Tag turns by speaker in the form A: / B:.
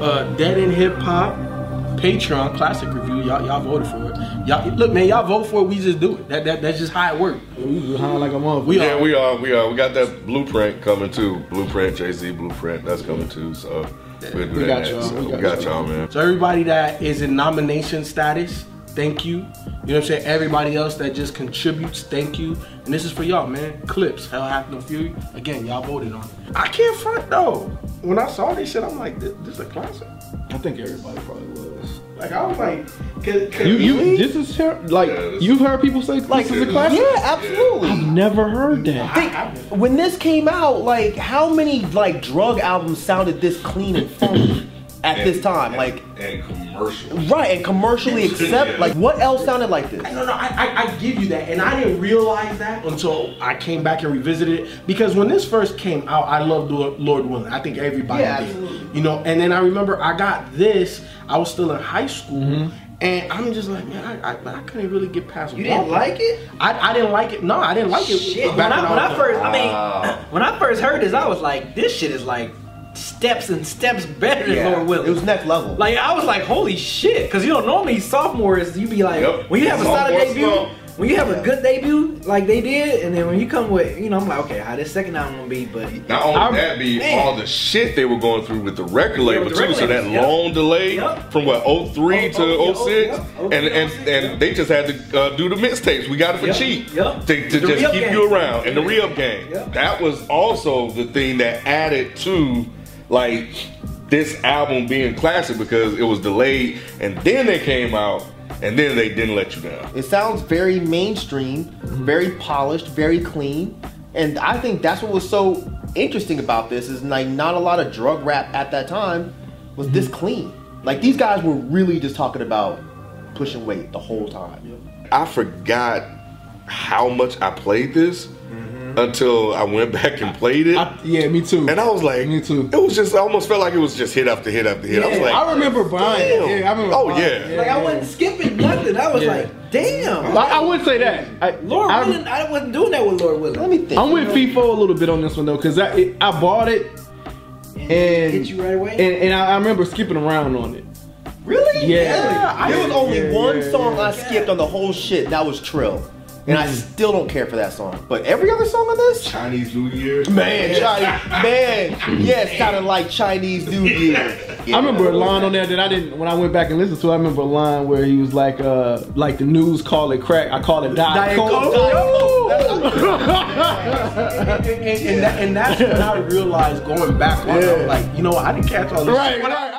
A: uh, Dead in Hip Hop Patreon classic review. Y'all, y'all voted for it. Y'all, look, man, y'all vote for it. We just do it. That, that that's just how it works.
B: We was high like a motherfucker.
A: We
C: Yeah,
A: are.
C: we are. We are. We got that blueprint coming too. Blueprint, Jay Z blueprint. That's coming too. So we'll do
B: We
C: that.
B: got y'all,
C: So
B: we
C: we
B: got
C: got
B: y'all.
C: y'all, man.
A: So everybody that is in nomination status, thank you. You know what I'm saying? Everybody else that just contributes, thank you. And this is for y'all, man. Clips, Hell Hath No Fury. Again, y'all voted on. it. I can't front though. When I saw this shit, I'm like, this, this a classic.
B: I think everybody probably was.
A: Like I was like, cause, cause
B: You, you, this is her, like
C: Yeah, this-
B: you've heard people say like this is a classic.
D: Yeah, absolutely.
B: Never heard that.
D: Think, when this came out, like how many like drug albums sounded this clean and funky at this time?
C: And-
D: Like
C: and commercial.
D: right and commercially accept.
C: Yeah.
D: Like what else sounded like this?
A: No, no, I, I, I give you that, and I didn't realize that until I came back and revisited it. Because when this first came out, I loved Lord, Lord Willing. I think everybody
D: Yeah,
A: did,
D: absolutely.
A: you know. And then I remember I got this. I was still in high school,
C: Mm-hmm.
A: and I'm just like, man, I, I, I couldn't really get past.
D: You didn't
A: Walker.
D: like it?
A: I, I didn't like it. No, I didn't like it.
E: Shit.
A: back
E: When I, when I
A: was-
E: first, I mean,
C: Wow.
E: when I first heard this, I was like, this shit is like steps and steps better than Lord Willie.
D: It was next level.
E: Like I was like, holy shit, because you know normally sophomores you be like,
C: Yep.
E: when you have a solid
C: Sophomore
E: debut,
C: slump.
E: when you have a good debut like they did, and then when you come with, you know, I'm like, okay, how this second album gonna be, but
C: Not only
E: I'm-
C: that, be
E: man.
C: all the shit they were going through with the record label
E: with
C: too.
E: the record
C: so that
E: labels, yep.
C: long delay
E: Yep.
C: from what 03 to
E: Oh, oh,
C: 06,
E: yep,
C: and and
E: 06,
C: and
E: yep.
C: they just had to uh, do the mixtapes. We got it for
E: Yep,
C: cheap
E: yep.
C: to, to
E: The
C: just
E: re-up
C: keep
E: game.
C: you around. And the re-up game.
E: Yep.
C: That was also the thing that added to like this album being classic because it was delayed, and then they came out, and then they didn't let you down.
D: It sounds very mainstream,
B: Mm-hmm.
D: very polished, very clean. And I think that's what was so interesting about this is like not a lot of drug rap at that time was this
B: Mm-hmm.
D: clean. Like these guys were really just talking about pushing weight the whole time.
C: I forgot how much I played this
E: Mm-hmm.
C: until I went back and played it.
B: I- yeah, me too.
C: and I was like,
B: me too.
C: It was just, I almost felt like it was just hit after hit after hit. I was
B: Yeah,
C: like,
B: I remember buying. it.
C: damn.
B: Yeah, I remember.
C: Oh,
B: buying it.
C: yeah.
E: like I wasn't skipping nothing. I was
B: Yeah.
E: like, damn,
B: I, I would say that. I,
E: Lord
B: I,
E: Willie, I wasn't doing that with Lord Willie.
D: Let me think.
B: I'm with FIFO a little bit on this one though, because I it, I bought it and
E: hit you right away?
B: and, and I, I remember skipping around on it.
D: Really?
B: Yeah.
A: I-
D: there was only
B: yeah,
D: one
B: yeah,
D: song
B: yeah. Mm-hmm.
D: I skipped on the whole shit. That was Trill. And I still don't care for that song. But every other song on this?
C: Chinese New Year.
D: Man, Chinese, man, yeah, it sounded like Chinese New Year. Yeah.
B: I remember a line on there that I didn't when I went back and listened to. it, I remember a line where he was like, uh, like the news call it crack, I call it diet,
A: Diet
E: oh,
B: coke.
A: Coke.
B: Yo!
A: and, and that, and that's when I realized going back on, it, I was like, you know, I didn't catch all this. shit.
B: right. right.